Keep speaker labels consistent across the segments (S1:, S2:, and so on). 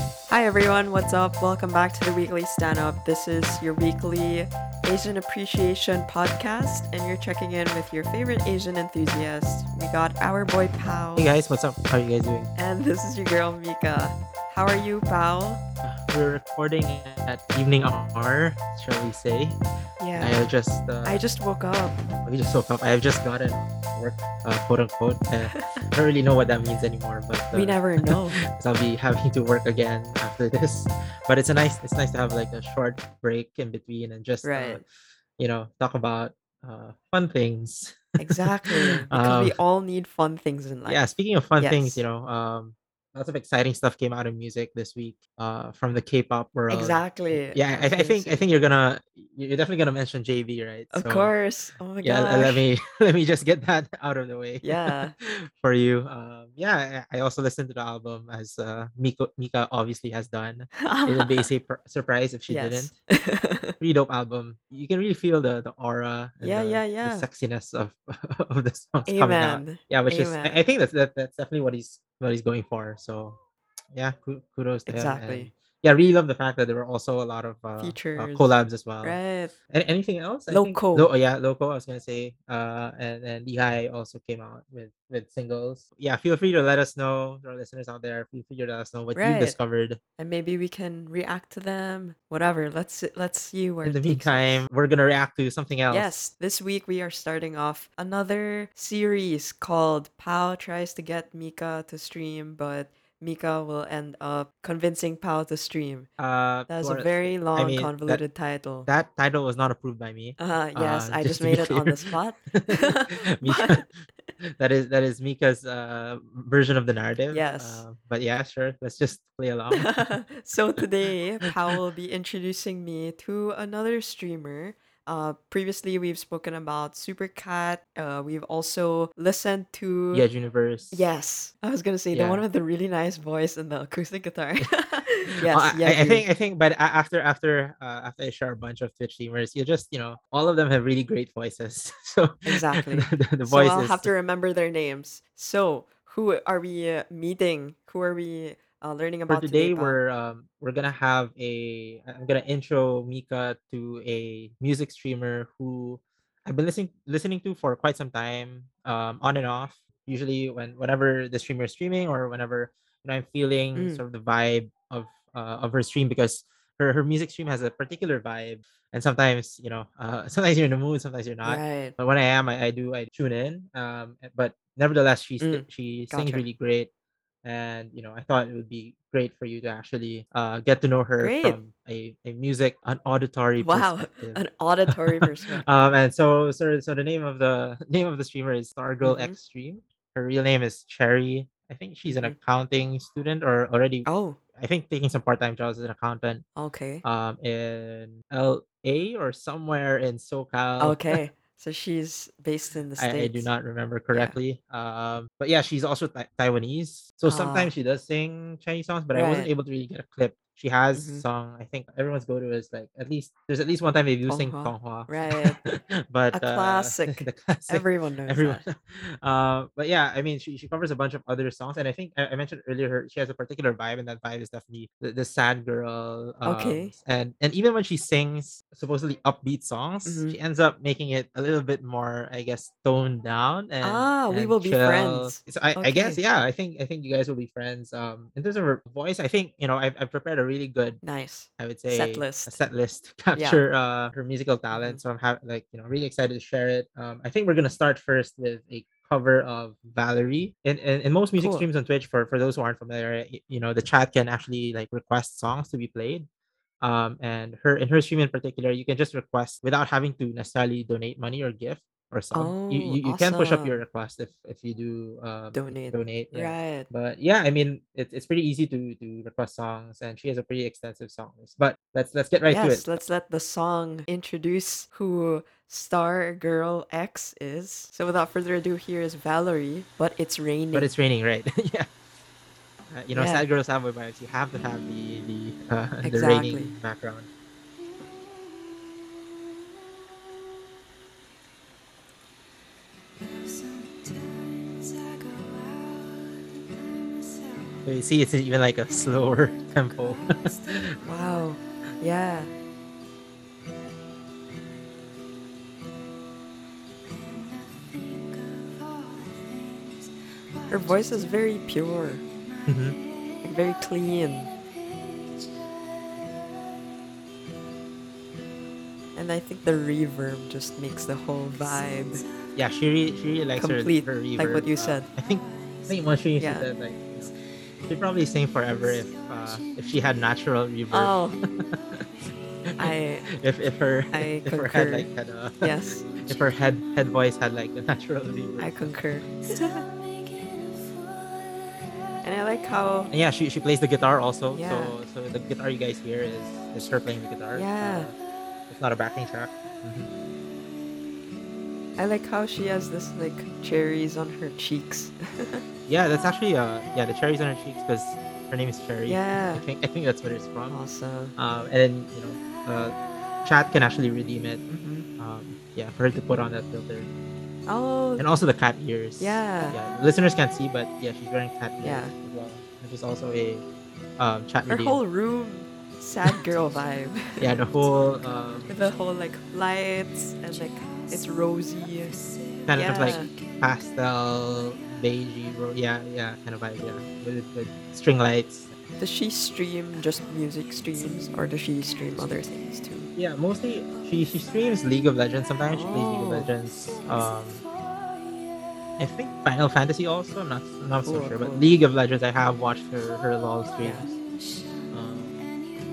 S1: Hi everyone, what's up? Welcome back to the weekly stand up. This is your weekly Asian appreciation podcast, and you're checking in with your favorite Asian enthusiast. We got our boy Pao,
S2: Hey guys, what's up? How are you guys doing?
S1: and this is your girl Mika. How are you, Pao?
S2: Uh, We're recording at evening hour, shall we say? I
S1: Yeah,
S2: have just uh,
S1: I just woke up.
S2: we just woke up. I have just gotten work, uh, quote unquote. Uh, I don't really know what that means anymore, but uh,
S1: We never know.
S2: 'cause I'll be having to work again after this. But it's a nice, it's nice to have like a short break in between and just uh,
S1: Right.
S2: you know talk about uh, fun things.
S1: Exactly.
S2: Um,
S1: Because we all need fun things in life.
S2: yeah speaking of fun
S1: yes.
S2: things you know um lots of exciting stuff came out in music this week uh from the k-pop world
S1: Exactly.
S2: yeah
S1: was
S2: I, I
S1: gonna
S2: think i
S1: say.
S2: think you're gonna you're definitely gonna mention jv right
S1: Of
S2: So,
S1: course. Oh my
S2: yeah l-
S1: gosh.
S2: let me let me just get that out of the way
S1: Yeah.
S2: for you um yeah i I also listened to the album as uh miko mika obviously has done it'll be a sur- surprise if she didn't
S1: yes.
S2: pretty dope album you can really feel the the aura and
S1: Yeah,
S2: the,
S1: yeah,
S2: the
S1: yeah.
S2: sexiness of of the songs coming out
S1: Amen.
S2: yeah which is
S1: Amen.
S2: I, I think that's that, that's definitely what he's what he's going for so yeah ku- kudos to him and
S1: Exactly.
S2: yeah I really love the fact that there were also a lot of uh, uh,
S1: Features.
S2: collabs as well
S1: Right.
S2: An- anything else I think-
S1: Loco.
S2: Lo- oh, yeah loco i was gonna say uh and and Lehigh also came out with with singles yeah feel free to let us know our listeners out there feel free to let us know what
S1: Right.
S2: you've discovered
S1: And maybe we can react to them. Whatever. Let's see- let's see where
S2: in the
S1: it takes us.
S2: meantime we're gonna react to something else
S1: Yes, this week we are starting off another series called Pao tries to get Mika to stream, but Mika will end up convincing Pao to stream.
S2: uh
S1: That's
S2: to
S1: a
S2: our-
S1: very
S2: i
S1: long,
S2: mean that
S1: convoluted title.
S2: that title was not approved by me
S1: Uh yes,
S2: uh
S1: I just
S2: just to be
S1: made it on
S2: clear
S1: the spot.
S2: mika
S1: but
S2: that is that is mika's uh version of the narrative
S1: yes.
S2: uh, but yeah sure let's just play along
S1: so today, Pal will be introducing me to another streamer. Uh, previously, we've spoken about Supercat. Uh, we've also listened to
S2: yeah universe
S1: yes, I was gonna say the one
S2: yeah
S1: with the really nice voice and the acoustic guitar.
S2: Oh,
S1: yes,
S2: I, I I
S1: Yeju.
S2: think I think, but a- after after uh, after I share a bunch of Twitch streamers, you just you know all of them have really great voices. So
S1: Exactly.
S2: the, the, the
S1: So
S2: voice
S1: I'll
S2: is
S1: have to remember their names. So who are we uh, meeting? Who are we uh, learning
S2: for
S1: about today,
S2: today
S1: Pal?
S2: we're um, we're gonna have a I- I'm gonna intro Mika to a music streamer who I've been listening listening to for quite some time, um, on and off. Usually when whenever the streamer is streaming or whenever you know I'm feeling
S1: Mm,
S2: sort of the vibe of uh, of her stream because her, her music stream has a particular vibe and sometimes you know uh, sometimes you're in the mood sometimes you're not
S1: right.
S2: but when I am I, I do I tune in um but nevertheless she sti-
S1: Mm,
S2: she sings
S1: gotcha.
S2: really great and you know i thought it would be great for you to actually uh, get to know her
S1: Great.
S2: from a, a music an auditory
S1: Wow,
S2: perspective
S1: an auditory perspective.
S2: um and so, so so the name of the name of the streamer is stargirl
S1: Mm-hmm.
S2: x stream her real name is cherry i think she's an
S1: Mm-hmm.
S2: accounting student or already
S1: Oh,
S2: i think taking some part-time jobs as an accountant
S1: okay.
S2: um in la or somewhere in socal
S1: Okay. So she's based in the
S2: Oh. I, I do
S1: States.
S2: not remember
S1: Yeah.
S2: correctly. Um, but yeah, she's also Thai Taiwanese. So sometimes
S1: Ah,
S2: she does sing Chinese songs, but I wasn't
S1: right.
S2: able to really get a clip. She has
S1: Mm-hmm.
S2: song. I think everyone's go to is like at least there's at least one time they do sing
S1: Tonghua.
S2: Tonghua,
S1: Right. A
S2: but uh,
S1: classic.
S2: the classic
S1: Everyone knows
S2: everyone.
S1: that.
S2: Uh, but yeah, I mean, she, she covers a bunch of other songs, and I think I, I mentioned earlier her she has a particular vibe, and that vibe is definitely the, the sad girl. Um,
S1: Okay.
S2: and and even when she sings supposedly upbeat songs,
S1: Mm-hmm.
S2: she ends up making it a little bit more, I guess, toned down and
S1: Ah, we
S2: and
S1: will be
S2: chill.
S1: friends.
S2: So I, I guess
S1: Okay.
S2: yeah, I think I think you guys will be friends. Um, in terms of her voice, I think you know I've, I've prepared a really good
S1: Nice.
S2: I would
S1: Set
S2: say a
S1: list.
S2: set list to
S1: Yeah.
S2: capture uh, her musical
S1: Mm-hmm.
S2: talent. So I'm ha- like you know really excited to share it. Um, I think we're gonna start first with a cover of Valerie. And in, in most music
S1: Cool.
S2: streams on Twitch, for for those who aren't familiar, y- you know the chat can actually like request songs to be played. Um, and her in her stream in particular, you can just request without having to necessarily donate money or gift or sub. You
S1: Oh,
S2: you, you can push up your
S1: awesome.
S2: request if if you do um, if you
S1: Donate.
S2: donate. Yeah
S1: Right.
S2: but yeah i mean it, it's pretty easy to to request songs and she has a pretty extensive song list but let's let's get right to it
S1: Yes, let's let the song introduce who Star Girl X is. So without further ado, here is Valerie, but it's
S2: but
S1: raining.
S2: it's raining right yeah uh, you know
S1: Yeah,
S2: sad girls have boy vibes you have to have the the uh, the raining
S1: exactly.
S2: background
S3: Sometimes I go out by myself
S2: So you see, it's even like a slower tempo.
S1: Wow. Yeah. Her voice is very pure,
S2: Mhm.
S1: like very clean. And I think the reverb just makes the whole vibe.
S2: yeah, she really, she really likes her-
S1: Complete,
S2: her,
S1: like what
S2: reverb.
S1: you
S2: Uh,
S1: said.
S2: I think I think one she
S1: Yeah.
S2: said like you know, she'd probably sing forever if uh, if she had natural reverb.
S1: Oh. I
S2: If if her
S1: I
S2: if her head
S1: concur.
S2: like had a
S1: yes,
S2: if her head head voice had like a natural reverb.
S1: I concur. And I like how
S2: And yeah, she, she plays the guitar also.
S1: Yeah.
S2: So so the guitar you guys hear is, is her playing the guitar.
S1: Yeah.
S2: Uh, it's not a backing track. Mhm.
S1: I like how she has this like cherries on her cheeks.
S2: Yeah, that's actually uh yeah the cherries on her cheeks because her name is Cherry.
S1: Yeah.
S2: I think I think that's where it's from.
S1: Awesome.
S2: Um, and then you know, uh, Chad can actually redeem it.
S1: hmm
S2: Um, yeah, for her to put on that filter,
S1: Oh,
S2: and also the cat ears.
S1: Yeah.
S2: Yeah, listeners can't see, but yeah, she's wearing cat ears
S1: Yeah.
S2: as well, which is also a um, chat
S1: her
S2: redeem.
S1: whole room, sad girl vibe.
S2: Yeah, the whole um,
S1: With the whole like lights and like it's rosy.
S2: kind of like
S1: Yeah.
S2: pastel beigey ro- yeah yeah kind of vibe yeah with, with string lights
S1: Does she stream just music streams or does she stream other things too?
S2: yeah mostly she, she streams league of legends sometimes she plays league of
S1: Oh.
S2: legends um i think final fantasy also i'm not I'm not so
S1: Cool,
S2: sure
S1: cool.
S2: but league of legends i have watched her her lol streams um,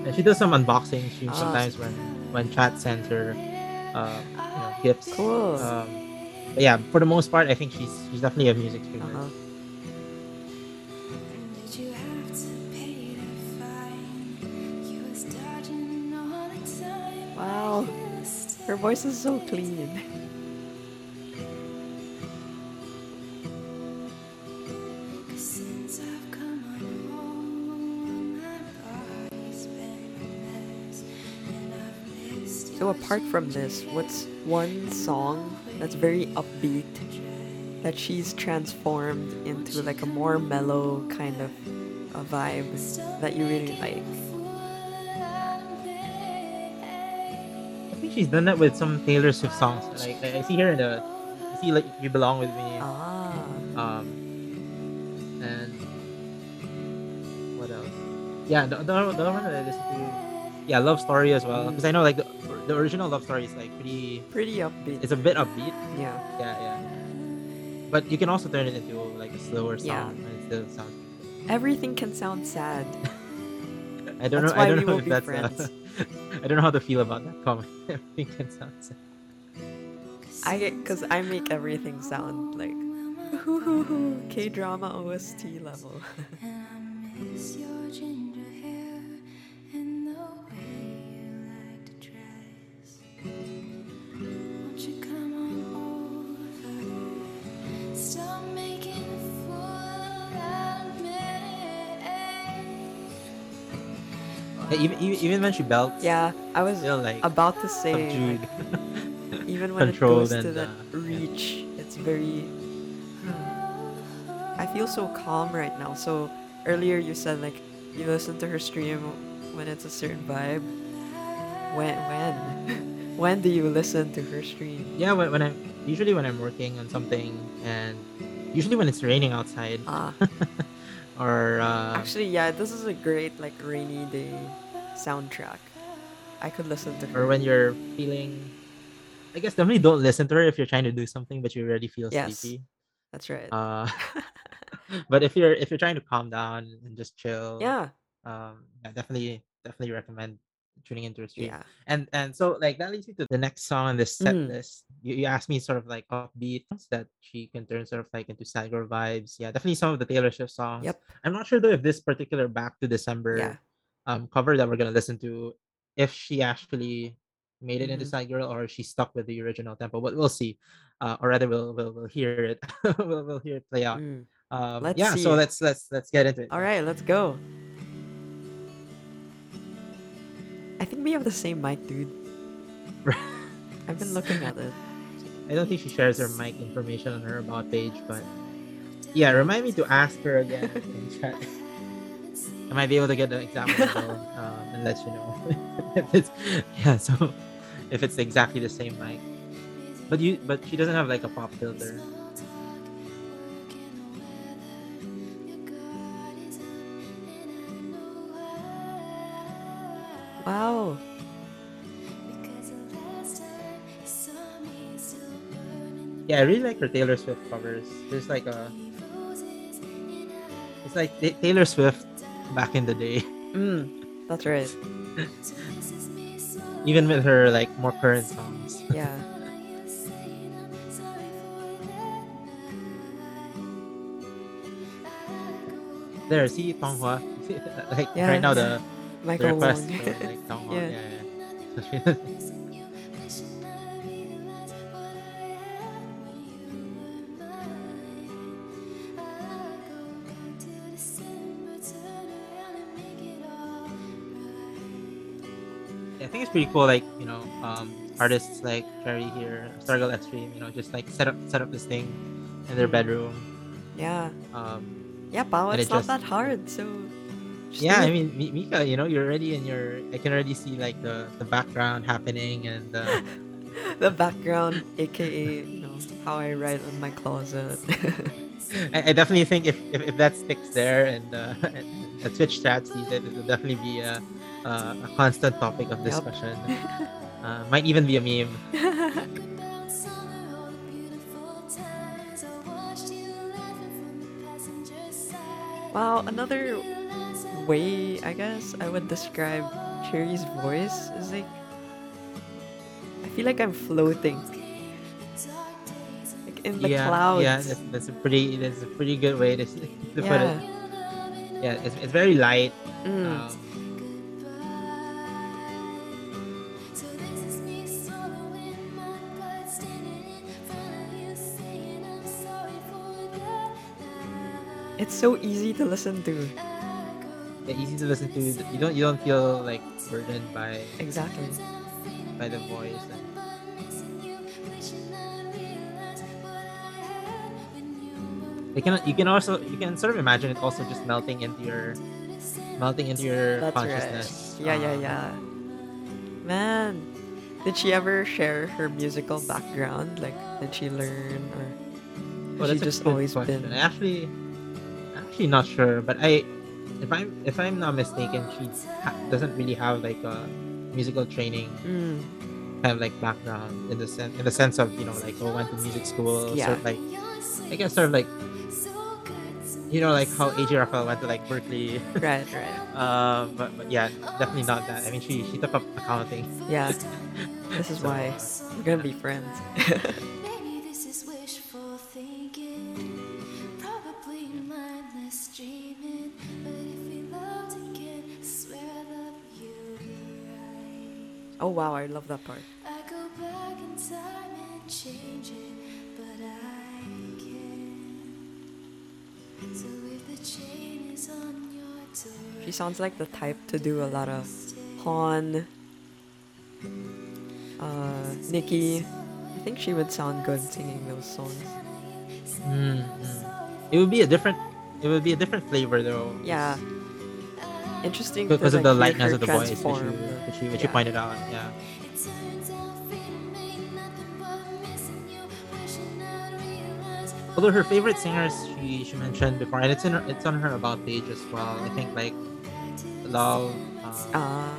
S2: and she does some unboxing streams
S1: Ah.
S2: sometimes when when chat sends her uh you know, gifts
S1: Cool.
S2: um but yeah for the most part i think she's she's definitely a music streamer
S1: Uh-huh. Wow. Her voice is so clean.
S3: Since I've come on home, my body's been a mess, and I've missed
S1: So apart from this, what's one song that's very upbeat that she's transformed into like a more mellow kind of a vibe that you really like?
S2: I think she's done that with some Taylor Swift songs. Like I I see her in the, I see like you belong with me.
S1: Ah,
S2: Um, and what else? Yeah, the, the, other- the other one that I listen to, yeah, Love Story as well. Because I know like the, the original Love Story is like pretty,
S1: pretty upbeat.
S2: it's a bit upbeat.
S1: yeah.
S2: Yeah, yeah. But you can also turn it into like a slower song,
S1: Yeah.
S2: and it still sounds. good.
S1: Everything can sound sad.
S2: I
S1: That's
S2: don't know. I
S1: why
S2: don't
S1: we
S2: know
S1: will
S2: if
S1: be
S2: that's.
S1: friends.
S2: I I don't know how to feel about that comment. Everything can sound sad.
S1: I get because I make everything sound like K drama OST level.
S3: And I miss your ginger hair and the way you like to dress. Won't you come on over? Stop making a fool out of me.
S2: Yeah, even, even even when she belts,
S1: Yeah, I was
S2: still like
S1: about to say like,
S2: subdued.
S1: even when it goes
S2: Controlled
S1: to
S2: and,
S1: that
S2: uh, yeah.
S1: reach it's very hmm, i feel so calm right now so earlier you said like you listen to her stream when it's a certain vibe when when when do you listen to her stream
S2: yeah, when, when I'm usually when I'm working on something, and usually when it's raining outside,
S1: ah
S2: or uh,
S1: actually yeah this is a great like rainy day soundtrack i could listen to her
S2: or when you're feeling, I guess definitely don't listen to her if you're trying to do something but you already feel
S1: Yes.
S2: sleepy.
S1: that's right
S2: Uh, but if you're if you're trying to calm down and just chill,
S1: yeah
S2: um, yeah, definitely definitely recommend tuning into a stream.
S1: yeah
S2: and and so like that leads me to the next song on this set
S1: Mm.
S2: list you, you asked me sort of like upbeat songs that she can turn sort of like into sad girl vibes yeah definitely some of the taylor swift songs
S1: Yep.
S2: i'm not sure though if this particular back to december
S1: yeah
S2: um cover that we're gonna listen to if she actually made it into
S1: Mhm.
S2: sad girl or if she stuck with the original tempo but we'll see uh, or rather we'll we'll, we'll hear it we'll, we'll hear it play out
S1: Mm.
S2: um
S1: Let's
S2: yeah
S1: see.
S2: so let's let's let's get into it
S1: all right let's go i think we have the same mic dude I've been looking at it.
S2: I don't think she shares her mic information on her about page, but yeah, remind me to ask her again in chat. I might be able to get the example um, and let you know if it's yeah. So if it's exactly the same mic, but you but she doesn't have like a pop filter.
S1: Wow.
S2: Yeah, I really like her Taylor Swift covers. There's like a it's like Ta- Taylor Swift back in the day.
S1: Mm, that's right.
S2: Even with her like more current songs.
S1: Yeah.
S2: There, see Tonghua. like
S1: Yeah.
S2: right now the, the
S1: Michael
S2: request
S1: Wong.
S2: for, like Tonghua.
S1: Yeah.
S2: Yeah. yeah, yeah. Yeah, I think it's pretty cool. Like you know, um, artists like Cherry here, Stargirl Extreme. You know, just like set up set up this thing in their bedroom.
S1: yeah.
S2: Um,
S1: Yeah, Bao,
S2: And
S1: it's
S2: it
S1: not
S2: just-
S1: that hard, so just
S2: yeah,
S1: do
S2: I
S1: it.
S2: mean, Mi- Mika, you know, you're already in your. I can already see like the the background happening and uh,
S1: the background, aka you know, how I write on my closet.
S2: I, I definitely think if, if, if that sticks there and uh, a Twitch chat sees it, it'll definitely be a, a, a constant topic of
S1: Yup.
S2: discussion. uh, might even be a meme.
S1: wow, another way I guess I would describe Cherry's voice is like I feel like I'm floating. Like in the
S2: yeah,
S1: clouds.
S2: yeah, that's, that's a pretty that's a pretty good way to, s- to put
S1: Yeah.
S2: it. Yeah, it's, it's very light.
S1: Mm.
S2: Um,
S1: It's so easy to listen to.
S2: yeah, easy to listen to. You don't you don't feel like burdened by
S1: Exactly.
S2: by the voice. And, you can you can also you can sort of imagine it also just melting into your melting into your
S1: That's
S2: consciousness.
S1: right. Yeah, yeah,
S2: Um,
S1: yeah. Man, did she ever share her musical background? Like, did she learn or
S2: Well,
S1: has she
S2: that's a
S1: just
S2: good
S1: always
S2: question.
S1: been?
S2: I actually, I'm actually not sure, but I, if I'm if I'm not mistaken, she ha- doesn't really have like a musical training
S1: Mm,
S2: kind of like background in the sense in the sense of you know like oh went to music school,
S1: Yeah.
S2: sort of like I guess sort of like you know like how AJ Raphael went to like Berkeley,
S1: right, right.
S2: um, but, but yeah, definitely not that. I mean, she she took up accounting.
S1: Yeah. This is
S2: So,
S1: why we're gonna be friends.
S3: Maybe this is wishful thinking, probably mindless dreaming. But if we loved again, I swear I love you right.
S1: oh wow, I love that part.
S3: I go back in time and change it, but I can't. So if the chain is on your door,
S1: She sounds like the type to do a lot of Han, uh, Nikki. I think she would sound good singing those songs.
S2: Mm, mm. It would be a different it would be a different flavor though.
S1: Yeah. Interesting to,
S2: because of
S1: like,
S2: the
S1: hear
S2: lightness
S1: her
S2: of the voice which you,
S1: transform.
S2: which you, which you
S1: Yeah.
S2: pointed out yeah
S3: It turns out fame ain't nothing but missing you. Wishing I'd realized.
S2: although her favorite singers she, she mentioned before and it's in her, it's on her about page as well i think like love um,
S1: Ah.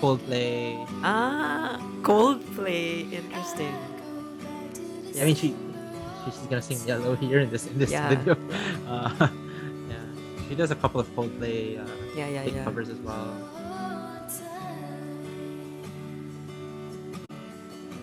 S2: coldplay
S1: Ah, Coldplay. Interesting.
S2: i mean she she- she's gonna sing yellow here in this in this
S1: Yeah.
S2: video uh, yeah she does a couple of coldplay uh,
S1: Yeah, yeah,
S2: big
S1: yeah.
S2: covers as well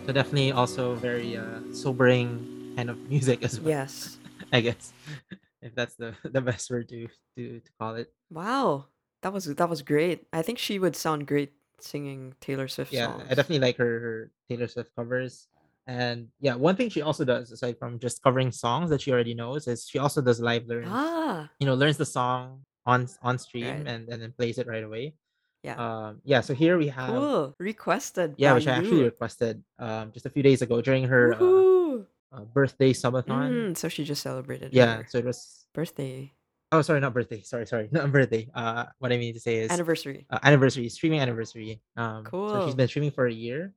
S2: so definitely also very uh, sobering kind of music as well
S1: Yes.
S2: i guess if that's the the best word to to to call it
S1: Wow, that was that was great. I think she would sound great singing Taylor Swift
S2: yeah
S1: songs.
S2: i definitely like her, her taylor swift covers and yeah one thing she also does aside from just covering songs that she already knows is she also does live learn
S1: Ah,
S2: you know learns the song on on stream
S1: Right.
S2: and, and then plays it right away
S1: Yeah.
S2: um yeah so here we have
S1: cool. Requested.
S2: yeah
S1: by
S2: which i actually
S1: you.
S2: requested um just a few days ago during her uh,
S1: Woohoo!
S2: uh, birthday subathon
S1: Mm, so she just celebrated. her
S2: yeah so it was
S1: birthday.
S2: Oh, sorry, not birthday. Sorry, sorry, not birthday. Uh, what I mean to say is
S1: Anniversary.
S2: uh, anniversary, streaming anniversary. Um, So
S1: Cool.
S2: she's been streaming for a year.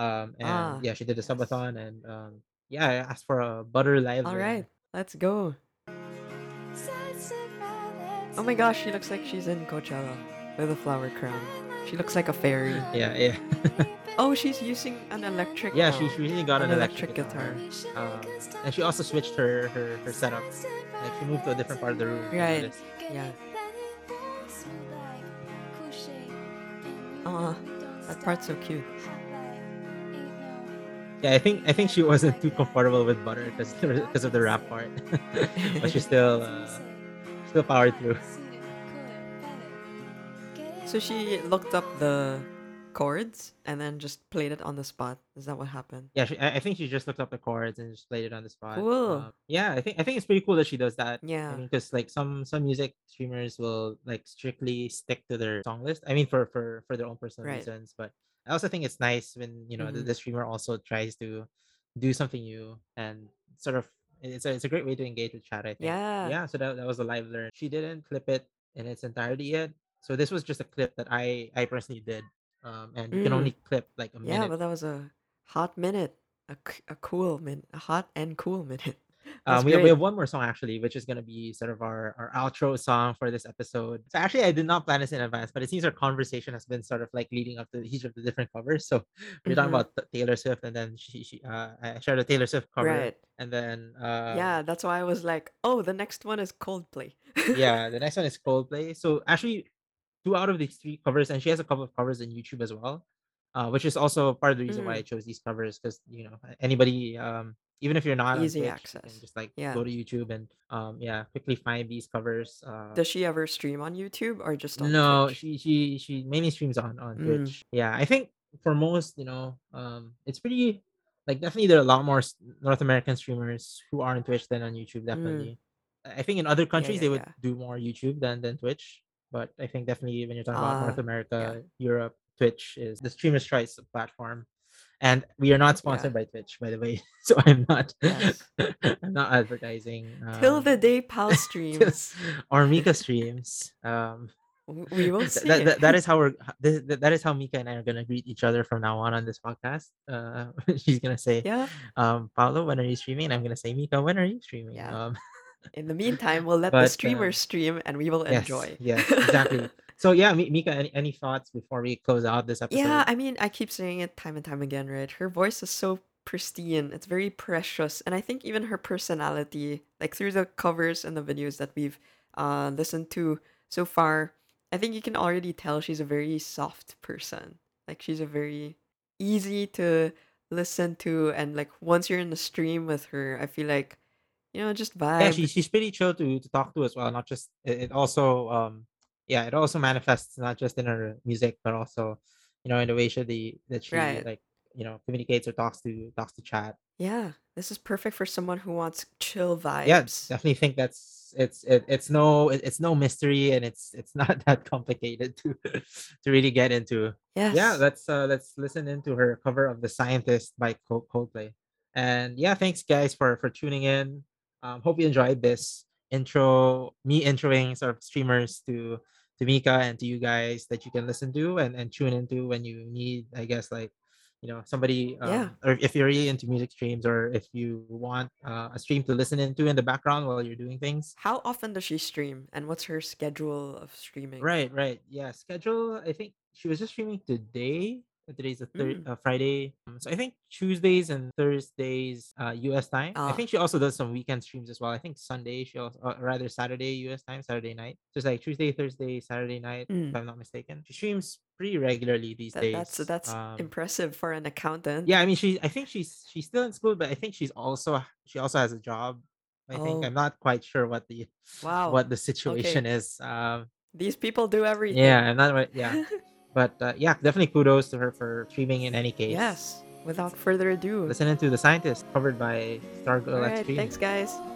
S2: Um,
S1: Ah,
S2: and yeah, she did a
S1: yes.
S2: subathon, and um, yeah, I asked for a butter live.
S1: All right,
S2: version.
S1: let's go. Oh my gosh, she looks like she's in Coachella with a flower crown. She looks like a fairy.
S2: Yeah, yeah,
S1: Oh, she's using an electric.
S2: yeah.
S1: now.
S2: She she really got
S1: An
S2: an,
S1: electric guitar.
S2: Um, and she also switched her her her setup. Like she moved to a different part of the room.
S1: Right.
S2: Right.
S1: Yeah. Aw, Uh-huh. that part's so cute.
S2: Yeah, I think I think she wasn't too comfortable with butter because because of the rap part, but she still uh, still powered through.
S1: So she looked up the chords and then just played it on the spot. Is that what happened?
S2: Yeah, she, I I think she just looked up the chords and just played it on the spot.
S1: Cool.
S2: Um, yeah, I think I think it's pretty cool that she does that.
S1: Yeah.
S2: I mean, because like some some music streamers will like strictly stick to their song list. I mean, for for for their own personal
S1: Right.
S2: reasons. But I also think it's nice when you know the,
S1: Mhm.
S2: the streamer also tries to do something new and sort of it's a it's a great way to engage with chat. I think.
S1: Yeah.
S2: Yeah. So that that was a live learn. She didn't clip it in its entirety yet. So this was just a clip that I I personally did. Um, and you can
S1: Mm.
S2: only clip like a minute.
S1: Yeah, but that was a hot minute. A, c- a cool minute. A hot and cool minute. That's
S2: Um, we, have, we
S1: great.
S2: have one more song actually, which is gonna be sort of our, our outro song for this episode. So actually, I did not plan this in advance, but it seems our conversation has been sort of like leading up to each of the different covers. So we're talking
S1: Mhm.
S2: about T- Taylor Swift, and then she, she uh, I shared a Taylor Swift cover,
S1: Right.
S2: and then uh,
S1: yeah, that's why I was like, oh, the next one is Coldplay.
S2: yeah, the next one is Coldplay. So actually, two out of these three covers, and she has a couple of covers on YouTube as well, uh, which is also part of the reason why I
S1: Mm.
S2: chose these covers because you know a- anybody, um, even if you're not on
S1: Easy
S2: Twitch, you
S1: access.
S2: can just like
S1: Yeah.
S2: go to YouTube and um, yeah, quickly find these covers. Uh,
S1: Does she ever stream on YouTube or just on
S2: no,
S1: Twitch?
S2: she she she mainly streams on on
S1: Mm.
S2: Twitch. Yeah, I think for most, you know, um, it's pretty like definitely there are a lot more s- North American streamers who are on Twitch than on YouTube. Definitely, I I think in other countries
S1: Mm. yeah,
S2: they would
S1: yeah.
S2: do more YouTube than than Twitch. But I think definitely when you're talking about North
S1: Ah,
S2: America, Europe, Twitch is the streamer's choice platform. And we are not sponsored by Twitch, by the way. So I'm not,
S1: Yes.
S2: I'm not advertising.
S1: Till
S2: um,
S1: the day Pal streams.
S2: or Mika streams. Um,
S1: w- we will
S2: Th-
S1: see.
S2: that, that, that is how we're h- this, that, that is how Mika and I are gonna greet each other from now on on this podcast. Uh, she's gonna say,
S1: yeah.
S2: um, Paolo, when are you streaming? And I'm gonna say, Mika, when are you streaming?
S1: Yeah.
S2: Um,
S1: In the meantime, we'll let
S2: But,
S1: the
S2: uh,
S1: streamers stream and we will
S2: yes,
S1: enjoy.
S2: yes, exactly. so yeah, Mi- Mika, any, any thoughts before we close out this episode?
S1: yeah, I mean, I keep saying it time and time again, right? Her voice is so pristine, it's very precious. And I think even her personality, like through the covers and the videos that we've uh, listened to so far, I think you can already tell she's a very soft person. Like, she's a very easy to listen to. And, like, once you're in the stream with her, I feel like, you know, just vibe.
S2: yeah, she, she's pretty chill to, to talk to as well. Not just it, it also um yeah, it also manifests not just in her music but also you know in the way she the, that she
S1: Right.
S2: like you know communicates or talks to talks to chat.
S1: Yeah, this is perfect for someone who wants chill vibes.
S2: yeah definitely think that's it's it, it's no it, it's no mystery and it's it's not that complicated to to really get into
S1: Yes.
S2: yeah let's uh let's listen into her cover of the scientist by Col- coldplay and yeah thanks guys for for tuning in um hope you enjoyed this intro me introing sort of streamers to to mika and to you guys that you can listen to and and tune into when you need i guess like you know somebody um,
S1: Yeah.
S2: or if you're really into music streams or if you want uh, a stream to listen into in the background while you're doing things
S1: How often does she stream and what's her schedule of streaming?
S2: right right yeah schedule i think she was just streaming today Uh, today's a
S1: Mm.
S2: thir- uh, friday Um, so i think tuesdays and thursdays uh, us time i
S1: Ah.
S2: think she also does some weekend streams as well i think sunday she also uh, rather saturday us time saturday night so it's like tuesday thursday saturday night
S1: Mm.
S2: if i'm not mistaken she streams pretty regularly these
S1: That,
S2: days
S1: that's that's
S2: Um,
S1: impressive for an accountant.
S2: yeah i mean she i think she's she's still in school but i think she's also she also has a job i think
S1: Oh.
S2: i'm not quite sure what the
S1: Wow.
S2: what the situation is um
S1: These people do everything.
S2: yeah i'm not right yeah but uh, yeah definitely kudos to her for streaming in any case
S1: yes. Without further ado.
S2: listening to the scientist covered by stargirl
S1: All right,
S2: extreme
S1: thanks guys.
S3: Oh,